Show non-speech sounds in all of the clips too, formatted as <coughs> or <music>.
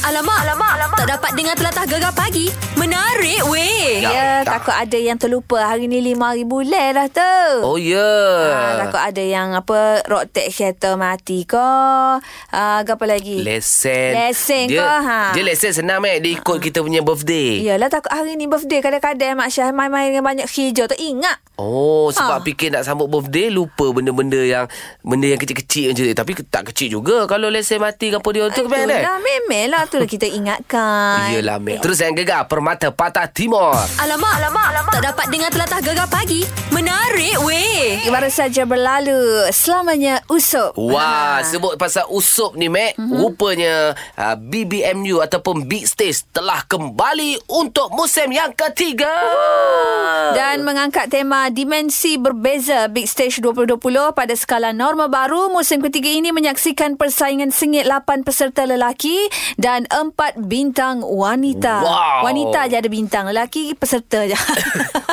Alamak, alamak, alamak. Tak dapat dengar telatah gegar pagi. Menarik weh. Ya, tak. takut ada yang terlupa. Hari ni 5,000 leh dah tu. Oh ya. Ah, Yeah. takut ada yang apa rotek kereta mati ke. Ah, apa lagi? Lesen. Lesen dia, kau, ha. Ah. Ya. Dia lesen senang mek dia ikut kita punya birthday. Yalah takut hari ni birthday kadang-kadang Mak Syah main-main dengan banyak hijau tak ingat. Oh, sebab Ha. fikir nak sambut birthday lupa benda-benda yang benda yang kecil-kecil macam tu. Tapi tak kecil juga kalau lesen mati ke apa dia tu kan. eh? Itulah, memanglah itulah kita ingatkan. <laughs> Yelah, mek. Terus yang gegar Permata Patah Timur. Alamak, alamak, alamak. Tak dapat dengar telatah gegar pagi. Menarik weh. Baru saja berlalu Selamanya Usop Wah, Ha. sebut pasal usup ni, Mac. Mhm. Mm-hmm. Rupanya uh, BBMU ataupun Big Stage telah kembali untuk musim yang ketiga. Ah. dan mengangkat tema dimensi berbeza Big Stage 2020 pada skala norma baru musim ketiga ini menyaksikan persaingan sengit 8 peserta lelaki dan 4 bintang wanita. Wow. Wanita je ada bintang, lelaki peserta je. <laughs>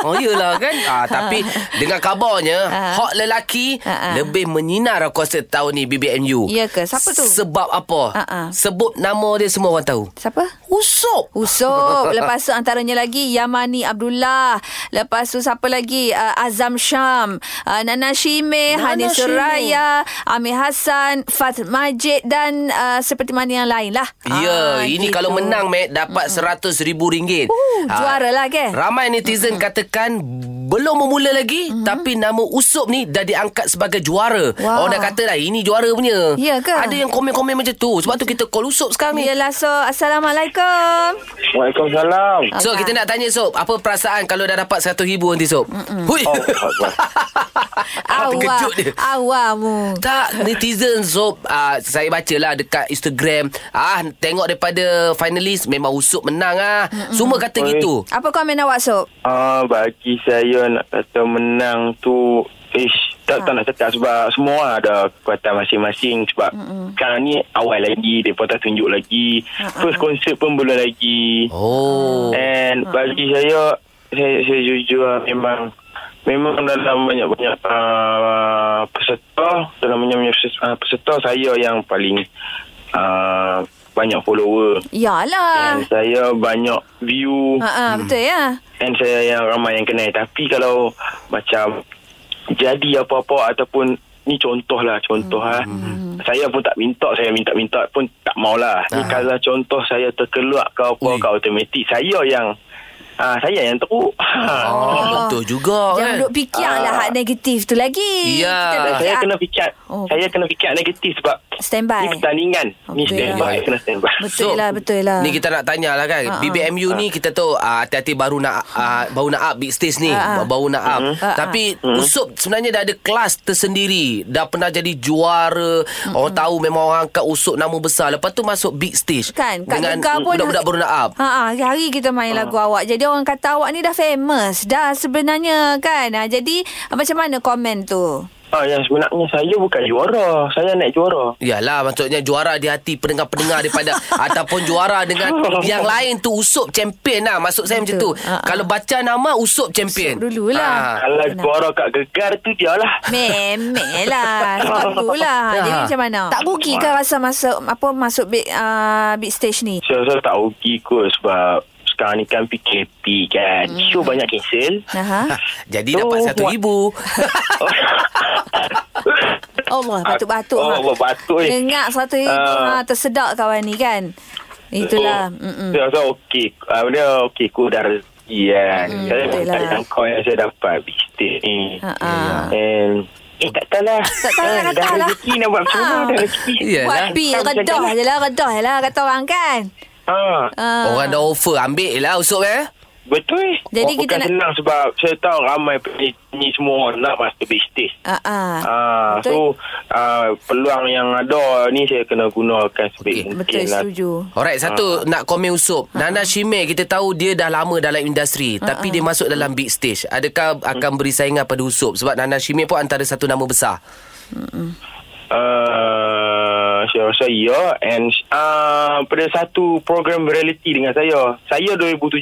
Ha. Oh iyalah kan <laughs> ah, Tapi Dengan kabarnya Ah. Hot lelaki Ah, ah. Lebih menyinar aku rasa tahun ni BBMU Ya ke? Siapa tu? Sebab apa Ah, ah. Sebut nama dia semua orang tahu Siapa? Usop Usop <laughs> Lepas tu antaranya lagi Yamani Abdullah Lepas tu siapa lagi uh, Azam Syam uh, Nana Shime Nana Hani Shime. Suraya Amir Hassan Fat Majid Dan uh, seperti mana yang lain lah Ya, Ah, ini gitu. kalau menang Mac dapat seratus ribu ringgit. Uh, Ah, juara lah, ke? Ramai netizen katakan belum memula lagi Mm-hmm. tapi nama Usop ni dah diangkat sebagai juara. Wow. Orang dah kata dah ini juara punya. Ya ke? Ada yang komen-komen macam tu. Sebab tu kita call Usop sekarang ni. Yelah so Assalamualaikum Waalaikumsalam. So kita nak tanya Sob Apa perasaan kalau dah dapat RM1,000 nanti Sob Hui Oh, Akbar. Terkejut Ah, dia Awamu tak, netizen Sob uh, Saya baca lah dekat Instagram ah Tengok daripada finalis Memang usuk menang ah Semua kata Oi. gitu Apa komen awak Sob? <laughs> Ah, bagi saya nak kata menang tu Ish, tak, tak nak cakap sebab semua ada kekuatan masing-masing sebab mm sekarang ni awal lagi, mereka tak tunjuk lagi. First konsert pun belum lagi. Oh Eh. And bagi saya, saya, saya jujur lah, memang Memang dalam banyak-banyak uh, peserta, dalam banyak-banyak peserta, uh, peserta saya yang paling uh, banyak follower. Yalah And Ya. saya banyak view. ha, ha, Betul Hmm. ya And saya yang ramai yang kenal Tapi kalau Macam Jadi apa-apa Ataupun Ni contoh lah Contoh lah Saya pun tak minta Saya minta-minta pun Tak maulah Ni kalau contoh Saya terkeluar ke apa Ui. Ke automatik Saya yang ah Saya yang teruk <laughs> Ha. Oh, betul juga Jangan kan. duduk fikir lah Hak negatif tu lagi Ya. Kita duduk Saya fikir, kena fikir Ah. Oh. Saya kena fikir negatif Sebab Stand by Ni pertandingan Ni Betul stand lah. by Kena stand by Betul lah, betul lah. Ha, Ni kita nak tanya lah kan. Ha-ha. BBMU ni kita tahu ah, hati-hati baru nak ah, baru nak up big stage ni, Ha-ha. baru nak up. Ha-ha. Tapi Usop sebenarnya dah ada kelas tersendiri. Dah pernah jadi juara. Orang tahu memang orang angkat Usop nama besar. Lepas tu masuk big stage. Kan Kak dengan Gegar pun budak-budak baru nak up. ha, ha, Hari kita main lagu Ah. awak Jadi orang kata awak ni dah famous Dah sebenarnya kan ha, Jadi Macam mana komen tu ah, Yang sebenarnya Saya bukan juara Saya nak juara Yalah maksudnya juara di hati pendengar-pendengar <laughs> daripada ataupun juara dengan yang lain tu Usop champion lah. Maksud saya macam tu. Betul. Ha-ha. Kalau baca nama Usop champion. Usop dululah. Ah. Kalau juara kat gegar tu dia lah Memel <laughs> lah Sebab tu lah Ah. Ya. Jadi macam mana Tak rugi ke rasa masuk Apa masuk big, uh, big stage ni Saya rasa tak rugi kot sebab sekarang ni kan PKP kan. Hmm. Show banyak cancel. <laughs> Ah, Aha. Jadi dapat Oh, satu what? ribu. <laughs> Allah Ah, batuk-batuk Oh, lah. Allah, batuk ni. Ngengak satu uh, Ah. Oh. ha, Tersedak kawan ni kan Itulah So, Mm-mm. Saya rasa okey. Uh, dia okey kot dah rezeki kan. Hmm, saya pun betul tak lah. jangkau yang saya dapat bistik ni. Ha, ha. And, eh tak tahulah. Tak tahu nak Ah, kata dah lah. rezeki nak buat macam Ah. mana dah rezeki. Yelah. Buat pi Tak, macam Redah mana? je lah Redah je lah Kata orang kan Ah, Ah. Orang dah offer Ambil lah Usop eh betul. Jadi oh, kita bukan nak- senang sebab saya tahu ramai penyanyi semua nak masuk bistik. Ah, ah. Ah, Betul. so ah, peluang yang ada ni saya kena gunakan Okey. sebaik mungkin Betul lah. setuju Alright satu Nak komen Usop Ah. Nana Shime Kita tahu dia dah lama Dalam industri Tapi dia masuk dalam big stage Adakah akan beri saingan Pada Usop Sebab Nana Shime pun Antara satu nama besar Ah, Syah Rosaya and uh, pada satu program reality dengan saya. Saya 2017,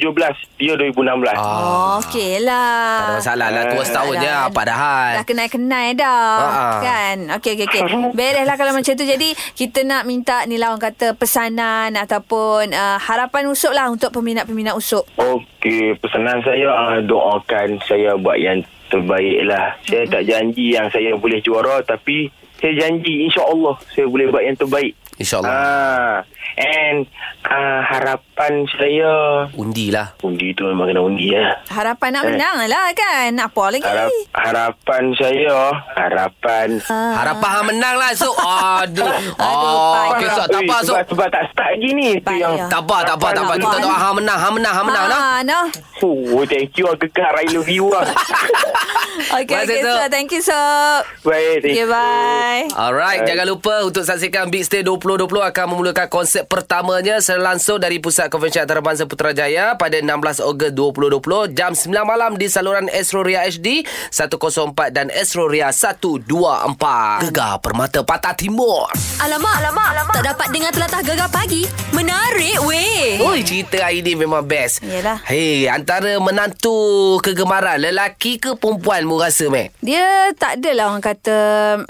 dia 2016. Ah. Oh, okey Tak lah. ada masalah lah. Tua setahun je. Jalan. Apa dah hal. Dah kenal-kenal dah. Ha, ha. Kan? Okey, okey, okey. Bereslah kalau macam tu. Jadi, kita nak minta ni lah orang kata pesanan ataupun uh, harapan usuk lah untuk peminat-peminat usuk. Okey, pesanan saya uh, doakan saya buat yang terbaik lah. Saya tak janji yang saya boleh juara tapi saya janji insya-Allah saya boleh buat yang terbaik. InsyaAllah. Ah, and ah, harapan saya Undi lah. undi tu memang kena undi ya. Harapan nak Eh. menang lah kan? Apa lagi? Harap, harapan saya, oh, harapan Ah. Harapan hang menang lah <laughs> Sok Aduh payah. Oh Okey Sok Tak apa Ui, Sok sebab, sebab tak start lagi ni tu Payah. yang Tak apa Tak apa tak apa Kita doa hang menang Hang menang Hang menang lah. nah. Ah, no. oh, thank you aku gegar I love you <laughs> lah Okey, Baik, okey, Sob. so thank you, Sob. Baik thank Okay, you. Ya, bye. Alright, jangan lupa untuk saksikan Big Stay 2020 akan memulakan konsep pertamanya secara langsung dari Pusat Konvensyen Antarabangsa Putrajaya pada 16 Ogos 2020 jam 9 malam di saluran Esroria HD 104 dan Esroria 124. Gegar Permata Patah Timur. Alamak, alamak, alamak. Tak dapat dengar telatah gegar pagi. Menarik Eh. weh. Oi, cerita hari ni memang best. Yelah. Hei, antara menantu kegemaran lelaki ke perempuan mu rasa, Mek? Dia tak adalah orang kata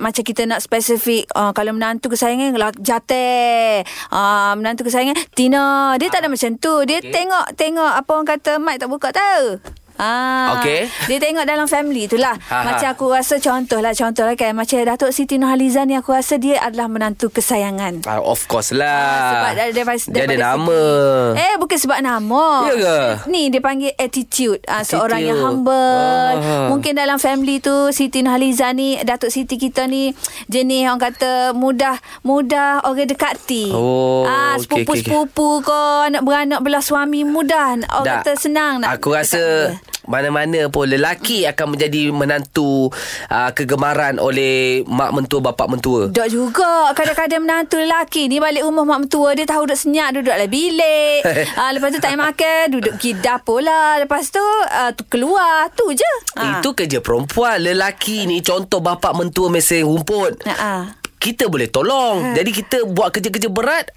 macam kita nak spesifik uh, kalau menantu kesayangan lah, jate uh, menantu kesayangan Tina dia tak ada macam tu dia okay. tengok tengok apa orang kata mic tak buka tahu Ah, Okey. Dia tengok dalam family tu lah. Ha, ha. Macam aku rasa contoh lah, contoh lah kan. Macam Datuk Siti Nurhaliza ni aku rasa dia adalah menantu kesayangan. Ah, of course Ah, lah. sebab dari, daripada, Dia ada daripada nama. segi- Eh bukan sebab nama Ya ke? Ni dia panggil attitude, ah, Seorang yang Attitude. humble Ah. Mungkin dalam family tu Siti Nurhaliza ni Datuk Siti kita ni Jenis orang kata Mudah Mudah orang dekati Oh, ah, okey, okey, Sepupu-sepupu kau Nak beranak belah suami Mudah Orang Tak. Oh, kata senang nak Aku dekat rasa dia. mana-mana pun lelaki akan menjadi menantu uh, kegemaran oleh mak mentua bapak mentua. Dok juga Kadang-kadang menantu lelaki ni Balik rumah mak mentua Dia tahu duduk senyap Duduk dalam <laughs> bilik ah, Lepas tu tak payah makan Duduk pergi dapur lah Lepas tu, ah, tu Keluar Tu je Ah. Itu kerja perempuan. Lelaki ni contoh bapak mentua mesin rumput. Ah, <laughs> ah. Kita boleh Ha. tolong. Jadi kita buat kerja-kerja berat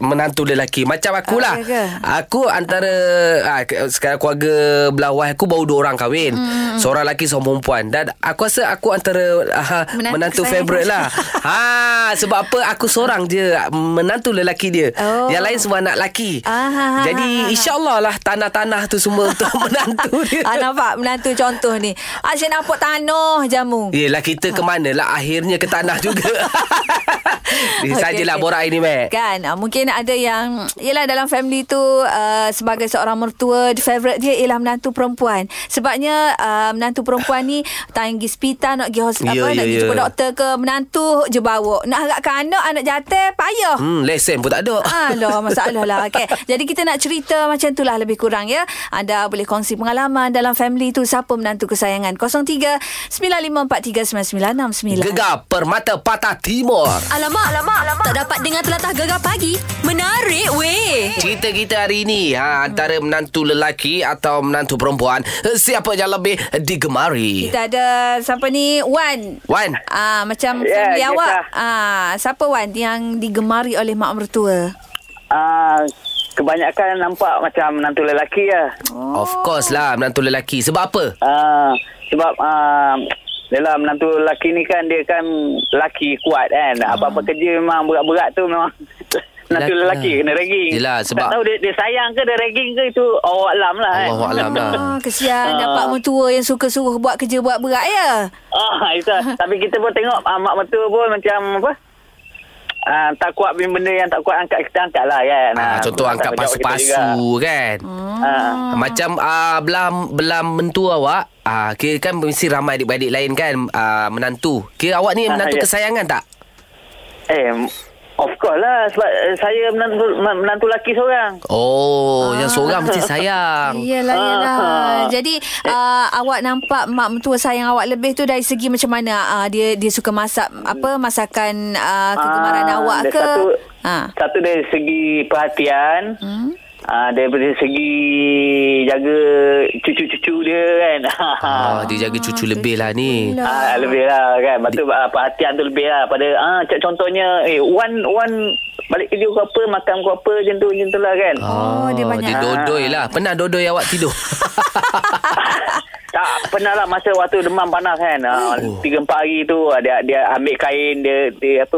menantu lelaki macam akulah. Ah, ya ke? Aku antara ah, ke- sekarang keluarga belah wahai aku baru dua orang kahwin. Hmm. Seorang lelaki seorang perempuan dan aku rasa aku antara ah, Menantu menantu, menantu kesayangan. favorite <laughs> lah. ha sebab apa aku seorang je menantu lelaki dia. Oh. Yang lain semua anak lelaki. Ah, ha, ha, ha, ha. Jadi insya-Allah lah tanah-tanah tu semua <laughs> untuk menantu dia. ah, nampak menantu contoh ni. Asyik nampak tanah jamu. Yelah kita Ha. ke mana lah Akhirnya ke tanah juga <laughs> Ni Okey, Sajalah okey. borak ini Mac Kan ah, Mungkin ada yang Yelah dalam family tu uh, Sebagai seorang mertua dia Favourite dia Ialah menantu perempuan Sebabnya uh, Menantu perempuan ni Tak pergi hospital Nak pergi hospital Ya, apa, ya, Nak pergi ya. jumpa doktor ke Menantu je bawa Nak harapkan anak Anak jatuh Payah Hmm, lesen pun tak ada. Ah, Alah, masalah lah. Okay. Jadi kita nak cerita macam tu lah lebih kurang ya. Anda boleh kongsi pengalaman dalam family tu siapa menantu kesayangan. 03 95439969. Gegar Permata Patah Timur. Alamak, alamak, alamak. Tak dapat dengar telatah gegar pagi. Menarik weh. Cerita kita hari ini ha, Antara menantu lelaki Atau menantu perempuan eh, Siapa yang lebih digemari Kita ada siapa ni? Wan. Wan Ah macam Ya, family yes awak. lah. Ah siapa Wan yang digemari oleh mak mertua? Ah, kebanyakan nampak macam menantu lelaki ya. Of course lah Menantu lelaki Sebab apa? Ah, sebab ah, Yelah menantu lelaki ni kan dia kan lelaki kuat kan. Apa-apa kerja memang berat-berat tu memang <laughs> menantu Ah. Lelaki lelaki lah. kena ragging. Yelah, sebab- tak tahu dia, dia sayang ke dia ragging ke itu Allah alam lah kan. Allah Alam lah Ah, kesian Ah. dapat mertua yang suka suruh buat kerja buat berat ya. Ah, <laughs> itu. Tapi kita pun tengok ah, mak mertua pun macam apa? Ah, tak kuat benda yang tak kuat angkat kita angkat lah kan. ha, Contoh tak angkat berjawab kita juga. pasu-pasu kan Ah. Macam uh, belah, belah mentua awak uh, Kira kan mesti ramai adik-adik lain kan uh, Menantu Kira awak ni Ah, menantu ya. kesayangan tak? Eh, of course lah. Sebab eh, saya menantu, menantu lelaki seorang. Oh, yang seorang mesti sayang Iyalah, iyalah. Ah. Jadi uh, awak nampak mak mentua sayang awak lebih tu dari segi macam mana? Uh, dia dia suka masak apa masakan uh, kegemaran Ah, awak dia ke? Satu, Ha. satu dari segi perhatian. Ah, daripada segi jaga cucu-cucu dia kan. <laughs> Ah, dia jaga cucu lebih lah ni. Ah, lebih lah kan. Lepas tu ah, perhatian tu lebih lah. Pada ah, c- contohnya, eh, one, one balik kerja kau apa, makan kau apa, macam tu, macam tu lah kan. Ah. Oh, dia banyak. Ah. Dia dodoi lah. Pernah dodoi awak <laughs> tidur? Tak pernah lah masa waktu demam panas kan. Ah, tiga empat hari tu ah, dia dia ambil kain dia dia apa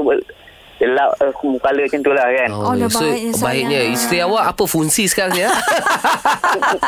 dia lap uh, kepala macam tu lah kan. Oh, dah so, baiknya, sayang. baiknya. Isteri awak apa fungsi sekarang <laughs> ni? ah?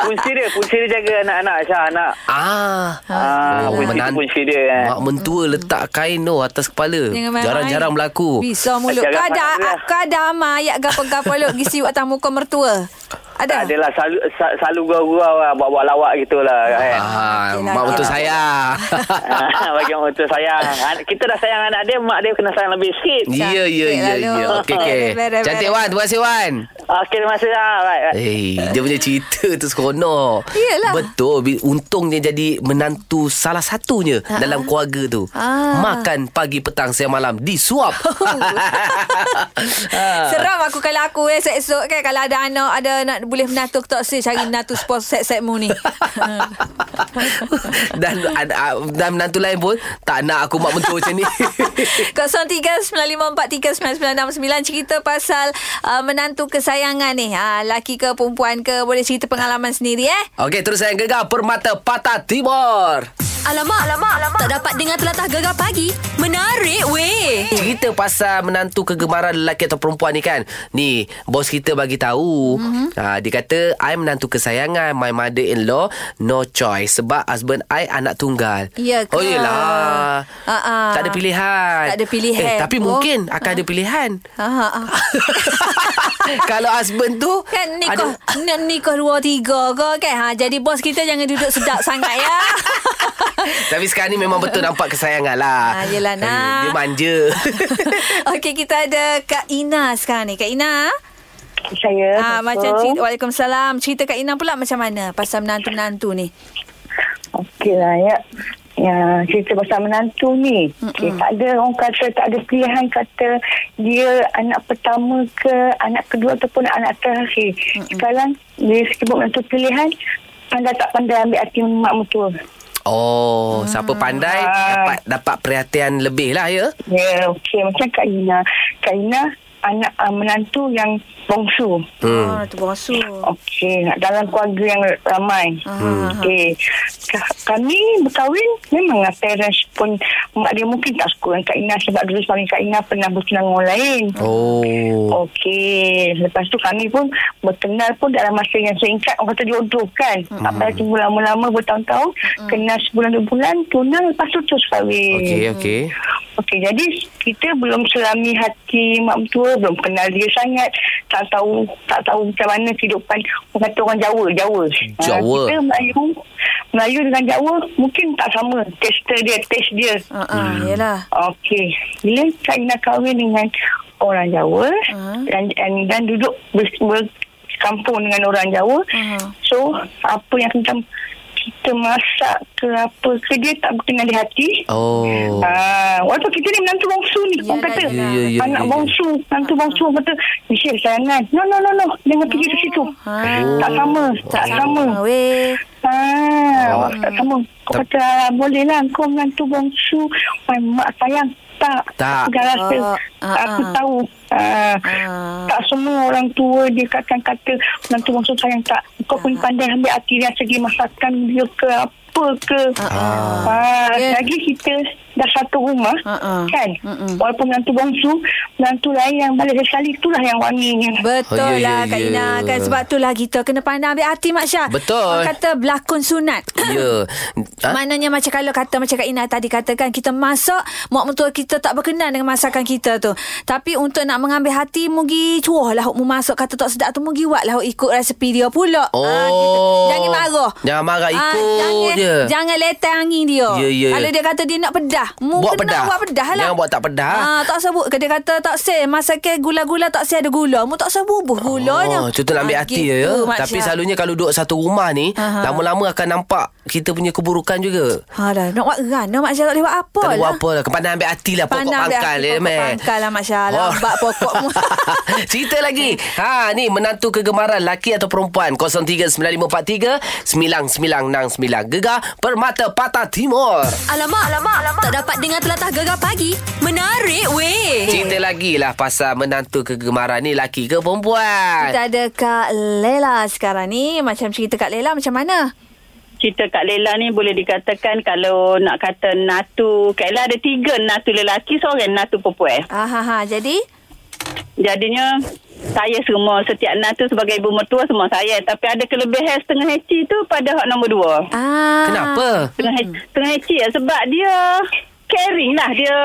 Kunci dia, kunci dia jaga anak-anak Syah anak. ah. Ah, Oh, kunci tu menantu. kunci dia kan. Mak mentua letak kain tu atas kepala. Hmm. Jangan main-main. Jarang-jarang berlaku. Bisa mulut. Jangan Kadang main-main. kadang ayak gapa-gapa lu gisi atas muka mertua. Tak lah. Ada. adalah selalu, sa- selalu gurau-gurau ah, lah, buat-buat lawak gitu lah kan. Ah, Yelah, mak mentua yelah. <laughs> saya. <laughs> <laughs> Ah, Bagi orang tua sayang. Ah, Anak- Kita dah sayang anak dia, mak dia kena sayang lebih sikit. Ya, ya, Cantik ya, lah lu. ya. Okey, okey. Beres, beres. Cantik Wan. Terima kasih Wan. Ah, Okey, terima kasih lah. Right, right. Eh, dia punya cerita tu seronok. Yelah. Betul. Bi- Untungnya jadi menantu salah satunya uh dalam keluarga tu. Ah. Makan pagi, petang, siang, malam. Ha. Disuap. Ha. Seram aku kalau aku eh esok kan kalau ada anak ada nak boleh menatu aku tak sih cari menatu sport set-set mu ni. dan, ada- dan menantu lain pun tak nak aku mak mentua macam ni. 0395439969 cerita pasal uh, menantu kesayangan ni. Ha laki ke perempuan ke boleh cerita pengalaman sendiri eh. Okey, terus saya gegar Permata Patah Timur. Alamak, alamak, alamak. Tak dapat dengar telatah gegar pagi. Menarik weh. Cerita pasal menantu kegemaran lelaki atau perempuan ni kan. Ni, bos kita bagi tahu. Mhm. Mm-hmm. Ha, dia kata, I menantu kesayangan. My mother-in-law, no choice. Sebab husband I anak tunggal. Ya ke? Oh, yelah. Ha, ha. Tak ada pilihan. Tak ada pilihan. Eh, tapi Oh. mungkin akan ada <laughs> pilihan. Ha ha. ha. Kalau husband tu... <laughs> Kan nikah ada... nikah dua tiga ke kan ha, Jadi bos kita jangan duduk sedap sangat ya <laughs> Tapi sekarang ni memang betul nampak kesayangan lah. Ah, yelah, nak. Dia manja. <laughs> Okey kita ada Kak Ina sekarang ni Kak Ina Ya, saya. Ah, ha, Doktor. macam cerita, Oh, Waalaikumsalam Cerita Kak Ina pula macam mana Pasal menantu-menantu ni Okey lah ya. Ya, cerita pasal menantu ni. Okay, tak ada orang kata, tak ada pilihan kata dia anak pertama ke, anak kedua ataupun anak terakhir. Sekarang, dia sebut menantu pilihan, pandai tak pandai ambil hati mak mertua. Oh, siapa Hmm. pandai dapat dapat perhatian lebih lah ya. Ya, okey. Macam Kak Ina. Kak Ina, anak uh, menantu yang bongsu. hmm. ha, Tu bosu Okey, nak dalam keluarga yang ramai. Hmm. Okey. Eh, Ka- Kami berkahwin memang lah parents pun mak dia mungkin tak suka dengan Kak Ina sebab dulu suami Kak Ina pernah bertunang dengan orang lain. Oh. Okey, lepas tu kami pun berkenal pun dalam masa yang singkat orang kata jodoh kan. Tak Hmm. payah tunggu lama-lama bertahun-tahun, kenal sebulan dua bulan, tunang lepas tu terus kahwin. Okey, okey. Okey, jadi kita belum selami hati mak mertua, belum kenal dia sangat, tak tahu tak tahu macam mana kehidupan orang kata orang Jawa, Jawa. Ah, Jawa. kita Melayu, Melayu dengan Jawa mungkin tak sama taste dia, taste dia. ha, ha, Yelah Okey, bila saya nak kahwin dengan orang Jawa Ah. dan, dan dan duduk ber, berkampung dengan orang Jawa, Ah. so apa yang kita kita masak ke apa ke dia tak berkenan di hati. Oh. Ah, walaupun kita ni menantu bongsu ni Yalah, Orang kata yalah. Ya, ya, ya, Anak ya, ya. bongsu Menantu bongsu Orang kata "Eh, Michelle jangan kan?" No no no no Jangan pergi ke situ Ah. Tak sama Tak sama ha, Weh Ah, awak tak sama Kau kata ah, Boleh lah Kau menantu bongsu Ay, Mak sayang Tak Tak. Aku dah rasa Ah, ah, Aku ah. tahu ah, Ah. Tak semua orang tua Dia akan kata Menantu bongsu sayang tak Kau pun pandai ambil hati dia Segi masakan dia ke apa ke ah. Ya. Lagi kita Dah satu rumah Ah, ah. Kan Mm-mm. Walaupun menantu bongsu Menantu lain yang balik sekali Itulah yang wanginya Betul Oh, oh, ya, yeah, lah ya, Kak ya. Ina kan Sebab tu lah kita kena pandang ambil hati Mak Syah Betul. Orang kata berlakon sunat Ya. Ha? Maknanya macam kalau kata macam Kak Ina tadi katakan kita masak, mak mentua kita tak berkenan dengan masakan kita tu. Tapi untuk nak mengambil hati mugi cuah lah hok mu masak kata tak sedap tu mugi buat lah hok ikut resepi dia pula. Oh. Ah, gitu. jangan marah. Jangan marah, Ah, ikut jangan je. Ya. Jangan letak angin dia. Ya, ya. Kalau dia kata dia nak pedah, mu Buat kena pedah. buat pedah lah. Jangan buat tak pedah. Ah, tak usah buat. Dia kata tak sel. Masakan gula-gula tak sel ada gula. Mu tak usah bubuh Oh, gulanya. contoh nak ambil Ah, hati gitu, ya. Mak Tapi Syah. selalunya kalau duduk satu rumah ni, Aha. lama-lama akan nampak kita punya keburukan juga. Alah, nak buat rana Mak Syah tak boleh buat apa Tak ada lah. buat apa lah. Kepandang ambil hati lah. Pokok Pandang ambil pangkal. hati, eh, pokok meh. pangkal lah, Masya Allah. Bak pokokmu. <laughs> Cerita lagi. Ha, ni menantu kegemaran laki atau perempuan. 0395439969. Gegar Permata Patah Timur. Alamak, alamak, alamak. Tak dapat dengar telatah gegar pagi. Menarik weh. Cerita lagi lah pasal menantu kegemaran ni laki ke perempuan. Kita ada Kak Lela sekarang ni. Macam cerita Kak Lela macam mana? cerita Kak Lela ni boleh dikatakan kalau nak kata natu, Kak Lela ada tiga natu lelaki, seorang natu perempuan. Ah, ha, ha. Jadi? Jadinya saya semua setiap natu sebagai ibu mertua semua saya. Tapi ada kelebihan setengah heci tu pada hak nombor dua. Ah. Kenapa? Setengah, Hmm. heci, setengah heci lah sebab dia caring lah dia.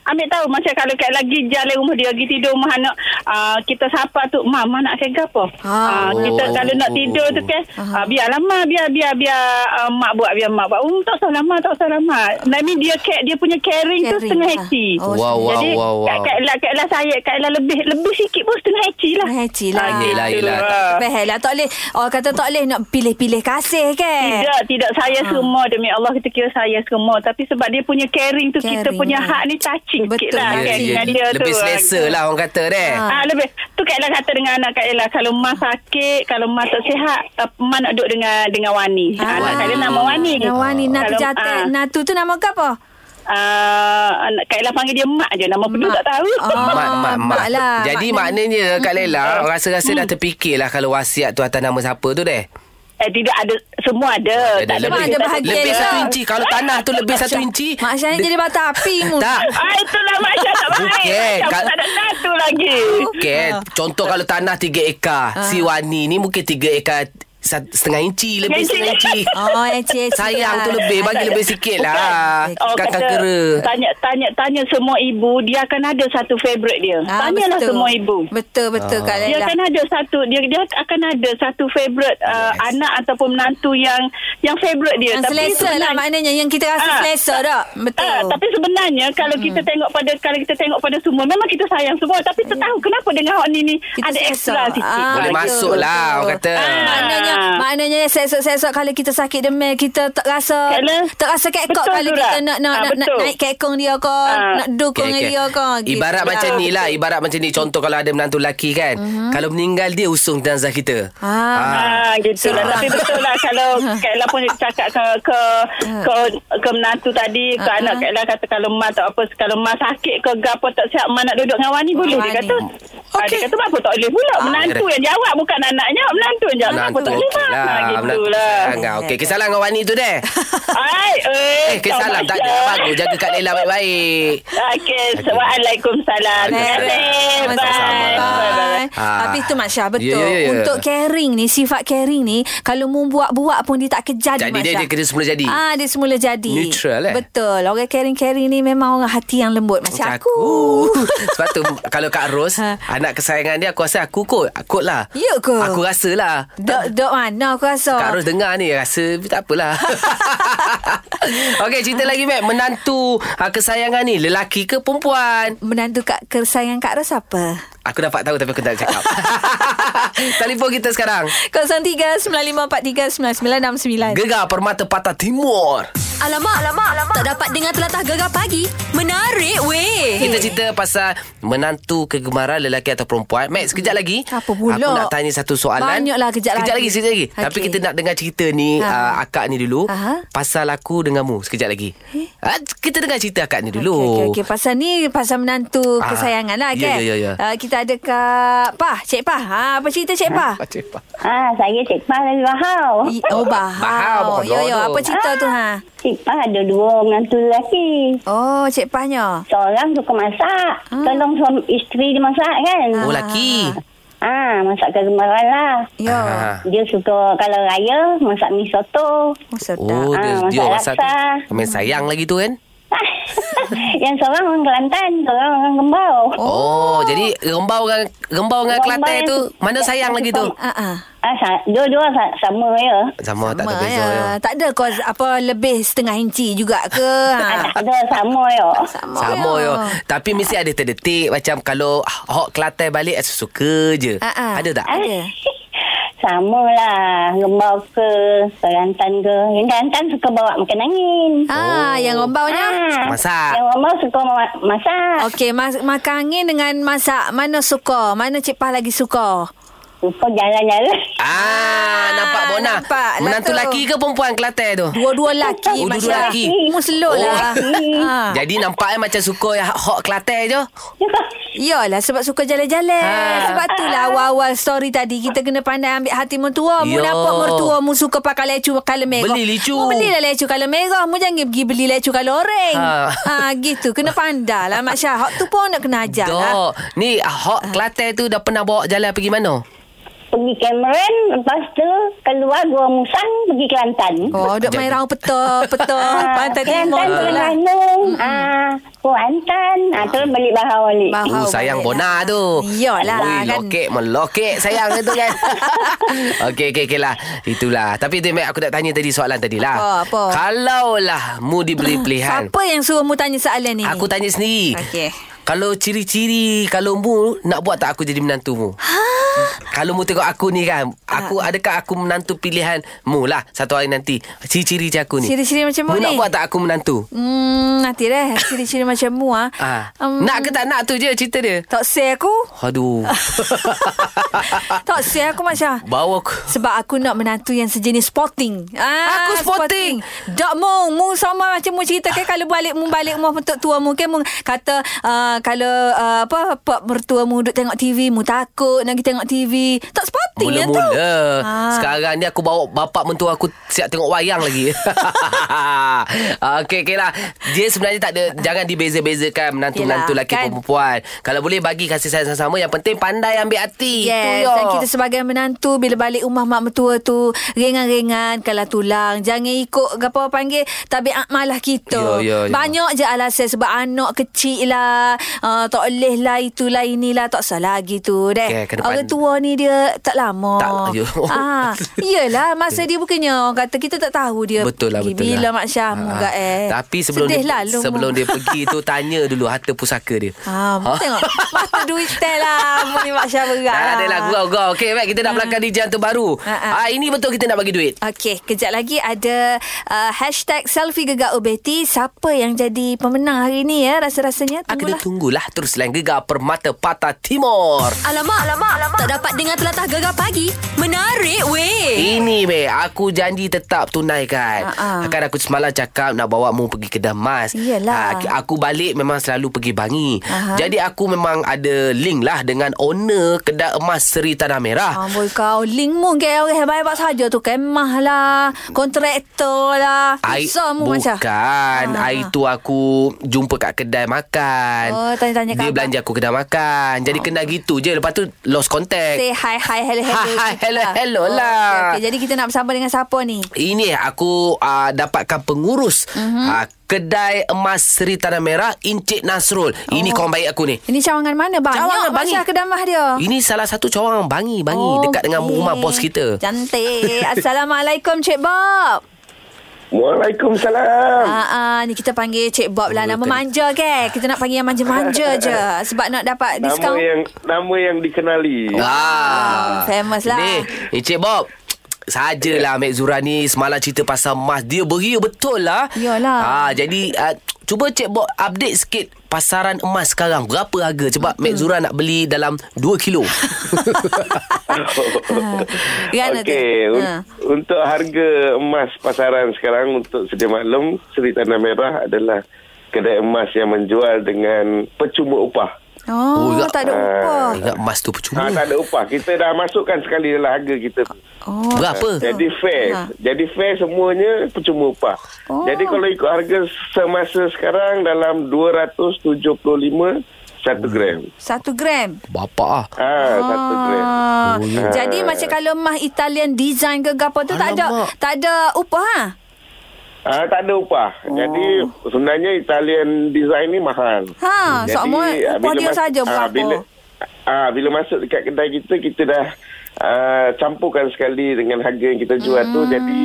Ambil tahu macam kalau Kak lagi jalan rumah dia pergi tidur rumah anak uh, kita sapa tu mama nak kena apa? Ah. Ah, kita Oh. kalau nak tidur tu kan ah, biarlah ma biar biar biar uh, mak buat biar mak buat. Um, tak usah lama tak usah lama. Nah ni dia care, dia punya caring, tu Caring, setengah ah. heci. Oh, Wow, wow, Jadi wow, Kak, wow. Kak Ella, Kak Ella lah saya, Kak Ella lebih lebih sikit pun setengah heci lah. Setengah heci lah. Ah, Yelah, gitu yelah. lah. Faham lah. Tak boleh. Orang kata tak boleh nak pilih-pilih kasih kan? Tidak, tidak saya semua demi Allah kita kira saya semua tapi sebab dia punya caring tu kita Caring. ya. punya hak ni touching Betul. sikit lah Ya, kan ya, dengan ya. dia Lebih tu. kan? selesa lah orang kata deh. Ha. Ah, lebih tu Kak Ella kata dengan anak Kak Ella kalau ma sakit, kalau ma tak sihat, uh, ma nak duduk dengan dengan Wani. Ah. Ah, anak Kak Ella nama Wani. Nak wani, nak Kalau- terjatuh. ah. Natu tu nama ke apa? Ah, anak Kak Ella panggil dia mak je, nama penuh Mak. tak tahu. Ah. Mak, mak, mak mak. lah. Mm. Jadi maknanya Kak Lela rasa-rasa dah terfikirlah kalau wasiat tu atas nama siapa tu deh. Eh tidak ada semua Ada, ada. lah. Tak lebih, ada bahagian lebih dia. satu inci. Kalau tanah tu lebih satu inci. Mak Syah ni jadi bata api mu. Tak. Ah itulah Mak Syah tak baik. Bukan. Macam Kal- tak ada satu lagi. Okay. Ah. Contoh kalau tanah tiga ekar. Si Wani ni mungkin tiga ekar sat- setengah inci. Lebih Inci. setengah <laughs> inci. Oh, yang cik. Sayang tu Ah, lebih. Bagi lebih sikit Ah, lah. Oh, Kakak kata, kera. Tanya, tanya, tanya semua ibu, dia akan ada satu favourite dia. Ah, Tanyalah betul. semua ibu. Ya, kan? Betul Ah. lah. betul Kak Dia Lela. akan ada satu dia dia akan ada satu favourite uh, anak ataupun menantu yang yang favourite dia Yang selesa lah sebenarnya- maknanya yang kita rasa Ah, selesa tak? Betul. Ah, tapi sebenarnya kalau hmm. kita tengok pada kalau kita tengok pada semua memang kita sayang semua tapi tak tahu kenapa dengan hak ni ni Hmm. Kita ada selesa. ekstra sikit. Ah, Boleh betul, masuk betul. lah orang kata. Ah. Maknanya maknanya sesok-sesok kalau kita sakit demam kita tak rasa Kalau- tak rasa kekok Betul kalau tu kita lah. nak nak, Ah, nak, nak betul. Ah. naik kekong dia ke nak dukung Okey, okey. dia ke. gitu. Ibarat macam Betul, ni lah Ibarat macam ni Contoh kalau ada menantu lelaki kan Kalau meninggal dia usung jenazah kita Mhm. Ah. Ah, gitu lah. Tapi betul lah <laughs> kalau Kak Ella pun cakap ke ke ke, ke menantu tadi, ke Ah, anak ah. Kak Ella kata kalau mak tak apa, kalau mak sakit ke ke apa tak sihat, mak nak duduk dengan Wani boleh. Wani. Dia kata, okay. dia kata apa tak boleh pula. Menantu yang jawab bukan anaknya, menantu yang jawab. Kenapa Ah, Menantu tak boleh okey mak? lah Ha, Menantu gitu lah. sayang kau. Okey Kisah lah dengan Wani tu <laughs> deh Hai, eh. Eh kisah lah Tak ada Bagus jaga Kak Lela baik-baik Okey, Waalaikumsalam. Terima kasih. Bye. Sama-sama. Bye. Bye. Bye. Ah. Tapi tu Masya betul. Ya, ya, ya. Untuk caring ni, sifat caring ni, kalau mu buat-buat pun dia tak kejar Jadi dia Masya. dia kena semula jadi Ah, dia semula jadi. Neutral, eh? Betul. Orang caring-caring ni memang orang hati yang lembut macam, Macam aku. Sebab <laughs> tu Kalau Kak Ros Ha. Anak kesayangan dia Aku rasa aku kot Kot lah Ya ke? Oh. Aku rasa lah <laughs> Dok dok mana aku rasa. Kak Ros dengar ni Rasa tak <laughs> apalah Okey cerita lagi Mac Menantu ah, Kesayangan ni Lelaki ke perempuan Menantu Kak kesayangan Kak Ros apa? Aku dapat tahu Tapi aku tak nak <laughs> cakap <laughs> Telefon kita sekarang 0395439969. Gegar Permata Patah Timur Alamak, alamak, alamak. Tak dapat dengar telatah gegar pagi. Menarik weh. Kita cerita Eh, pasal menantu kegemaran lelaki atau perempuan. Max, sekejap lagi. Hmm. Apa pula? Aku nak tanya satu soalan. Banyaklah kejap Sekejap lagi. lagi, sekejap lagi. Okey. Tapi kita nak dengar cerita ni, Ha. uh, akak ni dulu. Aha. Eh? Pasal aku denganmu. Sekejap lagi. Ah, kita dengar cerita akak ni dulu. Okey, okey, okay. pasal ni pasal menantu Ah, kesayangan lah ya, kan. ya, ya, ya. Ah, kita ada Kak Pah, Cik Pah. Ha, apa cerita Cik Pah? Ah, saya Cik Pah dari Bahau. I- Oh, Bahau, Bahau. bukan Yo, yo, Johor. apa cerita tu ha? Cik Pah ada dua menantu lelaki. Oh, Cik Pahnya. Seorang suka masak. Ah. Tolong suami isteri dia masak kan. Oh, laki. Ah, masak kegemaran lah. Yo. Ah. Dia suka kalau raya masak mi soto. <laughs> Oh, sedap. Oh, dia, Ah, dia masak masa tu. laksa. Main sayang lagi tu kan? yang seorang orang Kelantan, seorang orang Kembau. Oh, jadi rembau dengan rembau dengan Rembau Kelantan yang- tu mana sayang lagi tu? Ah, ah. Ah, sa- dua-dua sa- sama ya. Sama, tak Mak, terbeza. ya. Ya. Tak ada kau apa lebih setengah inci juga ke? <laughs> Ha. Ah, tak ada sama ya. Sama yo. Tapi mesti ada terdetik macam kalau hok Kelantan balik eh, suka je. Ah, ah. Ada tak? Ada. Sama lah. Gembau ke, Kelantan ke. Yang Kelantan suka bawa makan angin. Ha, Oh. yang rombaunya. Ah, Masak. Yang Gembau suka ma- masak. Okey, mas- makan angin dengan masak mana suka? Mana cipah lagi suka? Suka jalan-jalan. <laughs> Ah, nampak Bona. nampak lah Menantu tu. laki ke perempuan Kelantan tu? Dua-dua Oh, laki dua-dua Masya. laki. Muslo lah <laughs> Oh. ha. Jadi nampaknya macam suka yang hok Kelantan je. Yalah sebab suka Ha. jalan-jalan ha. Sebab itulah awal-awal story tadi Kita kena pandai ambil hati mertua Mu Yo. nampak mertua Mu suka pakai lecu kala merah Beli lecu. Mu belilah lecu kala merah Mu jangan pergi beli lecu kala orang Ha. ha. ha. gitu Kena pandai lah Mak Syah Hak tu pun nak kena ajar lah Dok, ni hok Ah. Kelantan tu dah pernah bawa jalan pergi mana? Pergi Cameron. Lepas tu keluar Gua Musang pergi Kelantan. Oh, duk main raung peta, peta, Ha. Ah, pantai timur Kelantan tu Kelantan lah. Lanung ah Kuantan ah terus balik bahar balik Bahar. Oh, Faham, sayang baik Bona lah. tu. Iyalah, Ui, kan. lokek melokek sayang itu <laughs> kan. okey, okey, okey lah. Itulah. Tapi tu Mek, aku nak tanya tadi soalan tadi lah. Apa, apa? Kalaulah mu <coughs> diberi pilihan. Siapa yang suruh mu tanya soalan ni? Aku tanya sendiri. Okey. Kalau ciri-ciri kalau mu nak buat tak aku jadi menantu mu? Ha? Kalau mu tengok aku ni kan, aku adakah aku menantu pilihan mu lah satu hari nanti. Ciri-ciri macam aku ni. Ciri-ciri macam mu mu nak ni? buat tak aku menantu? Hmm, nanti dah. Ciri-ciri macam mu ah. Ah. Um, nak ke tak nak tu je cerita dia. Tak say <laughs> aku. <laughs> Aduh. tak say aku macam Bawa aku. sebab aku nak menantu yang sejenis sporting. Ah, Aku sporting. Dok mu, mu sama macam mu cerita kan kalau balik mu balik mu untuk tua mu kan mu kata uh, kalau uh, apa pak mertua mu duk tengok TV, mu takut nak pergi tengok TV. Tak sporting yang tu. Mula-mula Ah. Sekarang ni aku bawa bapak mentua aku Siap tengok wayang lagi <laughs> Okey, okey lah Dia sebenarnya tak ada Jangan dibeza-bezakan Menantu-menantu Yelah, laki kan? perempuan Kalau boleh bagi kasih sayang sama Yang penting pandai ambil hati Yes, Itu dan yo. kita sebagai menantu bila balik rumah mak mertua tu ringan-ringan kalau tulang. Jangan ikut apa orang panggil tabiat malah kita. Ya, ya, ya. Banyak je alasan sebab anak kecil lah, uh, tak leh lah itulah inilah tak salah gitu deh. Okay, ke depan. orang tua ni dia tak lama. Tak, ya. <laughs> Ah, iyalah masa dia bukannya orang kata kita tak tahu dia. Betul lah pergi betul Bila lah. mak Syah Ha, ha, eh. Tapi sebelum Sedih dia, lah, lu. sebelum dia pergi tu Tanya dulu harta pusaka dia Ah, ha, tengok. Mata <laughs> duit lah. <laughs> Mu ni mak Syah berat. Dah ada lah gurau-gurau Okey Mat Hmm. kita nak belakang DJ hantu baru Ha, ha. ah, Ini betul kita nak bagi duit Okey, kejap lagi ada uh, hashtag selfie gegak Ubeti. Siapa yang jadi pemenang hari ni ya rasa-rasanya? Ah, Kena Tunggulah. tunggulah terus lain gegar Permata Patah Timur Alamak, alamak, alamak. Tak dapat dengar telatah gegar pagi. Menarik weh. Ini be, aku janji tetap tunaikan. Ha-ha. Uh-uh. Kan aku semalam cakap nak bawa mu pergi kedai emas. Iyalah. Ha, aku balik memang selalu pergi Bangi. Aha. Jadi aku memang ada link lah dengan owner kedai emas Seri Tanah Merah. Amboi Ya kau link mungkin orang hebat-hebat saja tu kemah lah, kontraktor lah. Susah mu bukan. macam. Ah. Hari tu aku jumpa kat kedai makan. Oh, tanya-tanya Dia khabar. belanja aku kedai makan. Jadi oh. kena gitu je. Lepas tu lost contact. Say hi, hi, hello, Hi, hello. hi, gitu hello, lah. hello Oh, lah. okey, okey. Jadi kita nak bersama dengan siapa ni? Ini eh, aku uh, dapatkan pengurus Mhm. uh, Kedai Emas Seri Tanah Merah Encik Nasrul. Oh. Ini kawan baik aku ni. Ini cawangan mana? Banyak Cawangan Bangi. Masya kedamah dia. Ini salah satu cawangan Bangi, Bangi oh, dekat dengan Oh. okey. rumah bos kita. <laughs> Cantik. Assalamualaikum Cik Bob. Waalaikumsalam. Ah, ah, ni kita panggil Cik Bob lah. Nama Betul. manja ke? Kita nak panggil yang <laughs> manja-manja je. Sebab nak dapat Nama diskaun. yang nama yang dikenali. Ah. <laughs> Wah. famous lah. Ni, Encik Bob. Sajalah Mek Zura ni semalam cerita pasal emas. Dia beria betul lah. Yalah. Ah, jadi uh, cuba Cik Bob update sikit pasaran emas sekarang. Berapa harga? Sebab Mek Zura nak beli dalam 2 <laughs> kilo. Ha. <laughs> Rian ada. Okey, un- Ha. untuk harga emas pasaran sekarang untuk sedia maklum Seri Tanah Merah adalah kedai emas yang menjual dengan percuma upah. Oh, Oh, tak tak- ada upah. Ingat emas tu Ha, Hmm. percuma. tak ada upah. Kita dah masukkan sekali dalam harga kita. tu. Oh, Berapa? Jadi fair. Ha. Jadi fair semuanya percuma upah. Oh. Jadi kalau ikut harga semasa sekarang dalam 275 satu gram. satu gram. Bapak ah. Ha, satu gram. Ah, Oh, ya. Jadi macam kalau mah Italian design ke apa tu tak ada Alamak. tak ada upah ha? Ah, tak ada upah. Oh. Jadi sebenarnya Italian design ni mahal. Hmm, Ha, Jadi, seorang murid, ah, upah bila dia mas- saja ah, berapa? Bila, ah, bila masuk dekat kedai kita, kita dah ah, campurkan sekali dengan harga yang kita jual hmm. tu. Jadi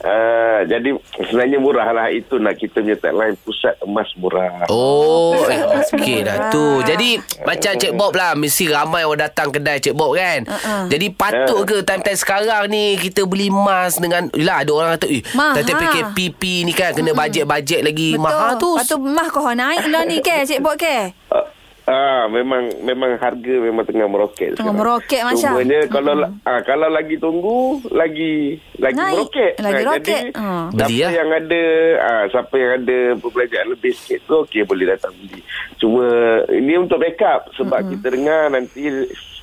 ah, jadi sebenarnya murah lah. Itu nak kita punya tagline pusat emas murah. Oh, <laughs> eh, okey dah tu. Jadi macam Cik Bob lah, mesti ramai orang datang kedai Cik Bob kan. Uh-uh. Jadi patut ke time-time sekarang ni kita beli emas dengan lah ada orang kata, "Eh, Mahal. time PKPP ni kan kena bajet-bajet lagi Eh, Betul. mahal tu." Lepas tu mah kau naik lah ni ke, Cik Bok ke? Ah, ah memang memang harga memang tengah meroket Tengah sekarang. meroket, Masya. Hmm. Cumanya kalau la- ah, kalau lagi tunggu lagi lagi Naik. meroket. Lagi roket. Jadi Ah. siapa Beli, ah. yang ada ah, siapa yang ada perbelanjaan lebih sikit tu okey boleh datang beli. Cuma ini untuk backup sebab kita dengar nanti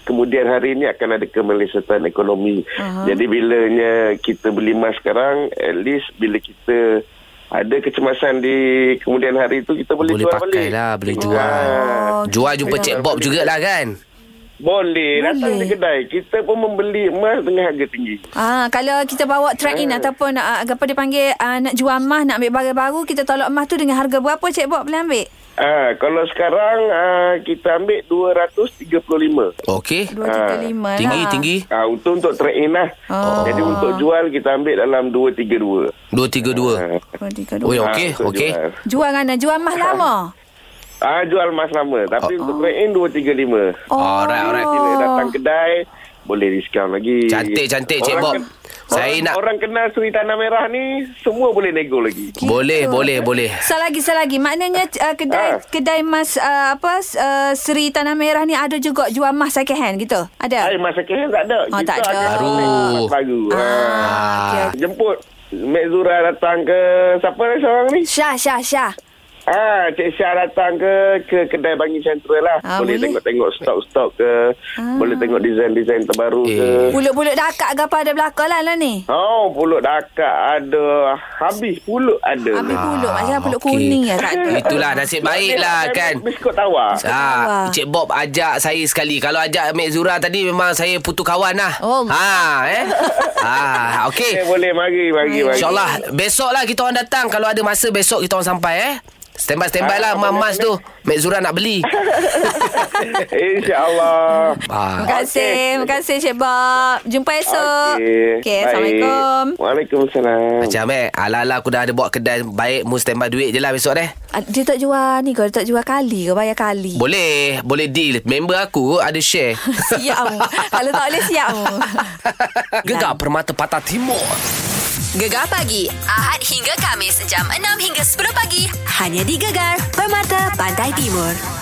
kemudian hari ini akan ada kemelesetan ekonomi. Jadi bilanya kita beli emas sekarang at least bila kita ada kecemasan di kemudian hari itu kita boleh, Boleh jual pakai balik. lah, boleh jual. Ah. Eh, Jual jumpa Cik Bob jugalah kan. Boleh, datang di kedai. Kita pun membeli emas dengan harga tinggi. Ah, kalau kita bawa track Eh. in ataupun ah, apa dia panggil ah, nak jual emas, nak ambil barang baru, kita tolak emas tu dengan harga berapa Cik Bok boleh ambil? Ah, kalau sekarang ah, kita ambil 235. Okey. 235 lah. Tinggi tinggi. Ah, untuk untuk trade in lah. Oh. Jadi untuk jual kita ambil dalam 232. 232. Oh, 232. ya, Ah, okey, untuk okey. jual. Jual kan jual emas lama. Ah, jual emas lama. Tapi oh. untuk trade in 235. Oh. <laughs> Alright, alright. Bila datang kedai boleh diskaun lagi. Cantik, cantik, Cik Orang Bob. ken- Saya orang, nak- orang kenal Seri Tanah Merah ni semua boleh nego lagi. Boleh, boleh, boleh. Sal lagi, sal lagi. Maknanya uh, Eh. kedai Ah. kedai mas uh, apa uh, Seri Tanah Merah ni ada juga jual emas second hand gitu. Ada. Ai Eh, masa kira tak ada. Oh, kita tak ada. Baru. Baru. Baru. Ah. Okay. Jemput Mek Zura datang ke Siapa ni seorang ni? Syah, Syah, Syah. Ah, Cik Syah datang ke ke kedai Bangi Central lah. Ah, Ah, boleh boleh. tengok-tengok stok-stok ke. Ah. Boleh tengok desain-desain terbaru Eh. eh. ke. Pulut-pulut dakak ke apa ada belakang lah, lah ni. Oh, pulut dakak ada. Habis pulut ada. Ambil pulut. Macam pulut Ah, okey. kuning ya tak ada. Itulah nasib baik lah kan. Biskut tawar. Ah, Awak. Cik Bob ajak saya sekali. Kalau ajak Mek Zura tadi memang saya putus kawan lah. Oh. Ha, eh. <laughs> ah, Eh, okey. boleh mari, mari, mari. InsyaAllah besok lah kita orang datang. Kalau ada masa besok kita orang sampai eh. Stand by, stand by lah Ah, boleh, Mas tu. Mek Zura nak <laughs> beli. InsyaAllah. <laughs> ah. Terima kasih. Terima kasih Cik Bob. Jumpa esok. Okey. Okay, Baik. Oh, Assalamualaikum. Waalaikumsalam. Macam eh, ala-ala aku dah ada buat kedai baik. Mu stand by duit je lah besok deh. Ah, Dia tak jual ni ke? Dia tak jual kali ke? Bayar kali. Boleh, boleh deal. Member aku ada share. <laughs> Siap. Kalau tak boleh siap. <laughs> Gegar Permata Patah Timur. Gegar pagi Ahad hingga Kamis jam 6 hingga 10 pagi hanya di Gegar Permata Pantai Timur.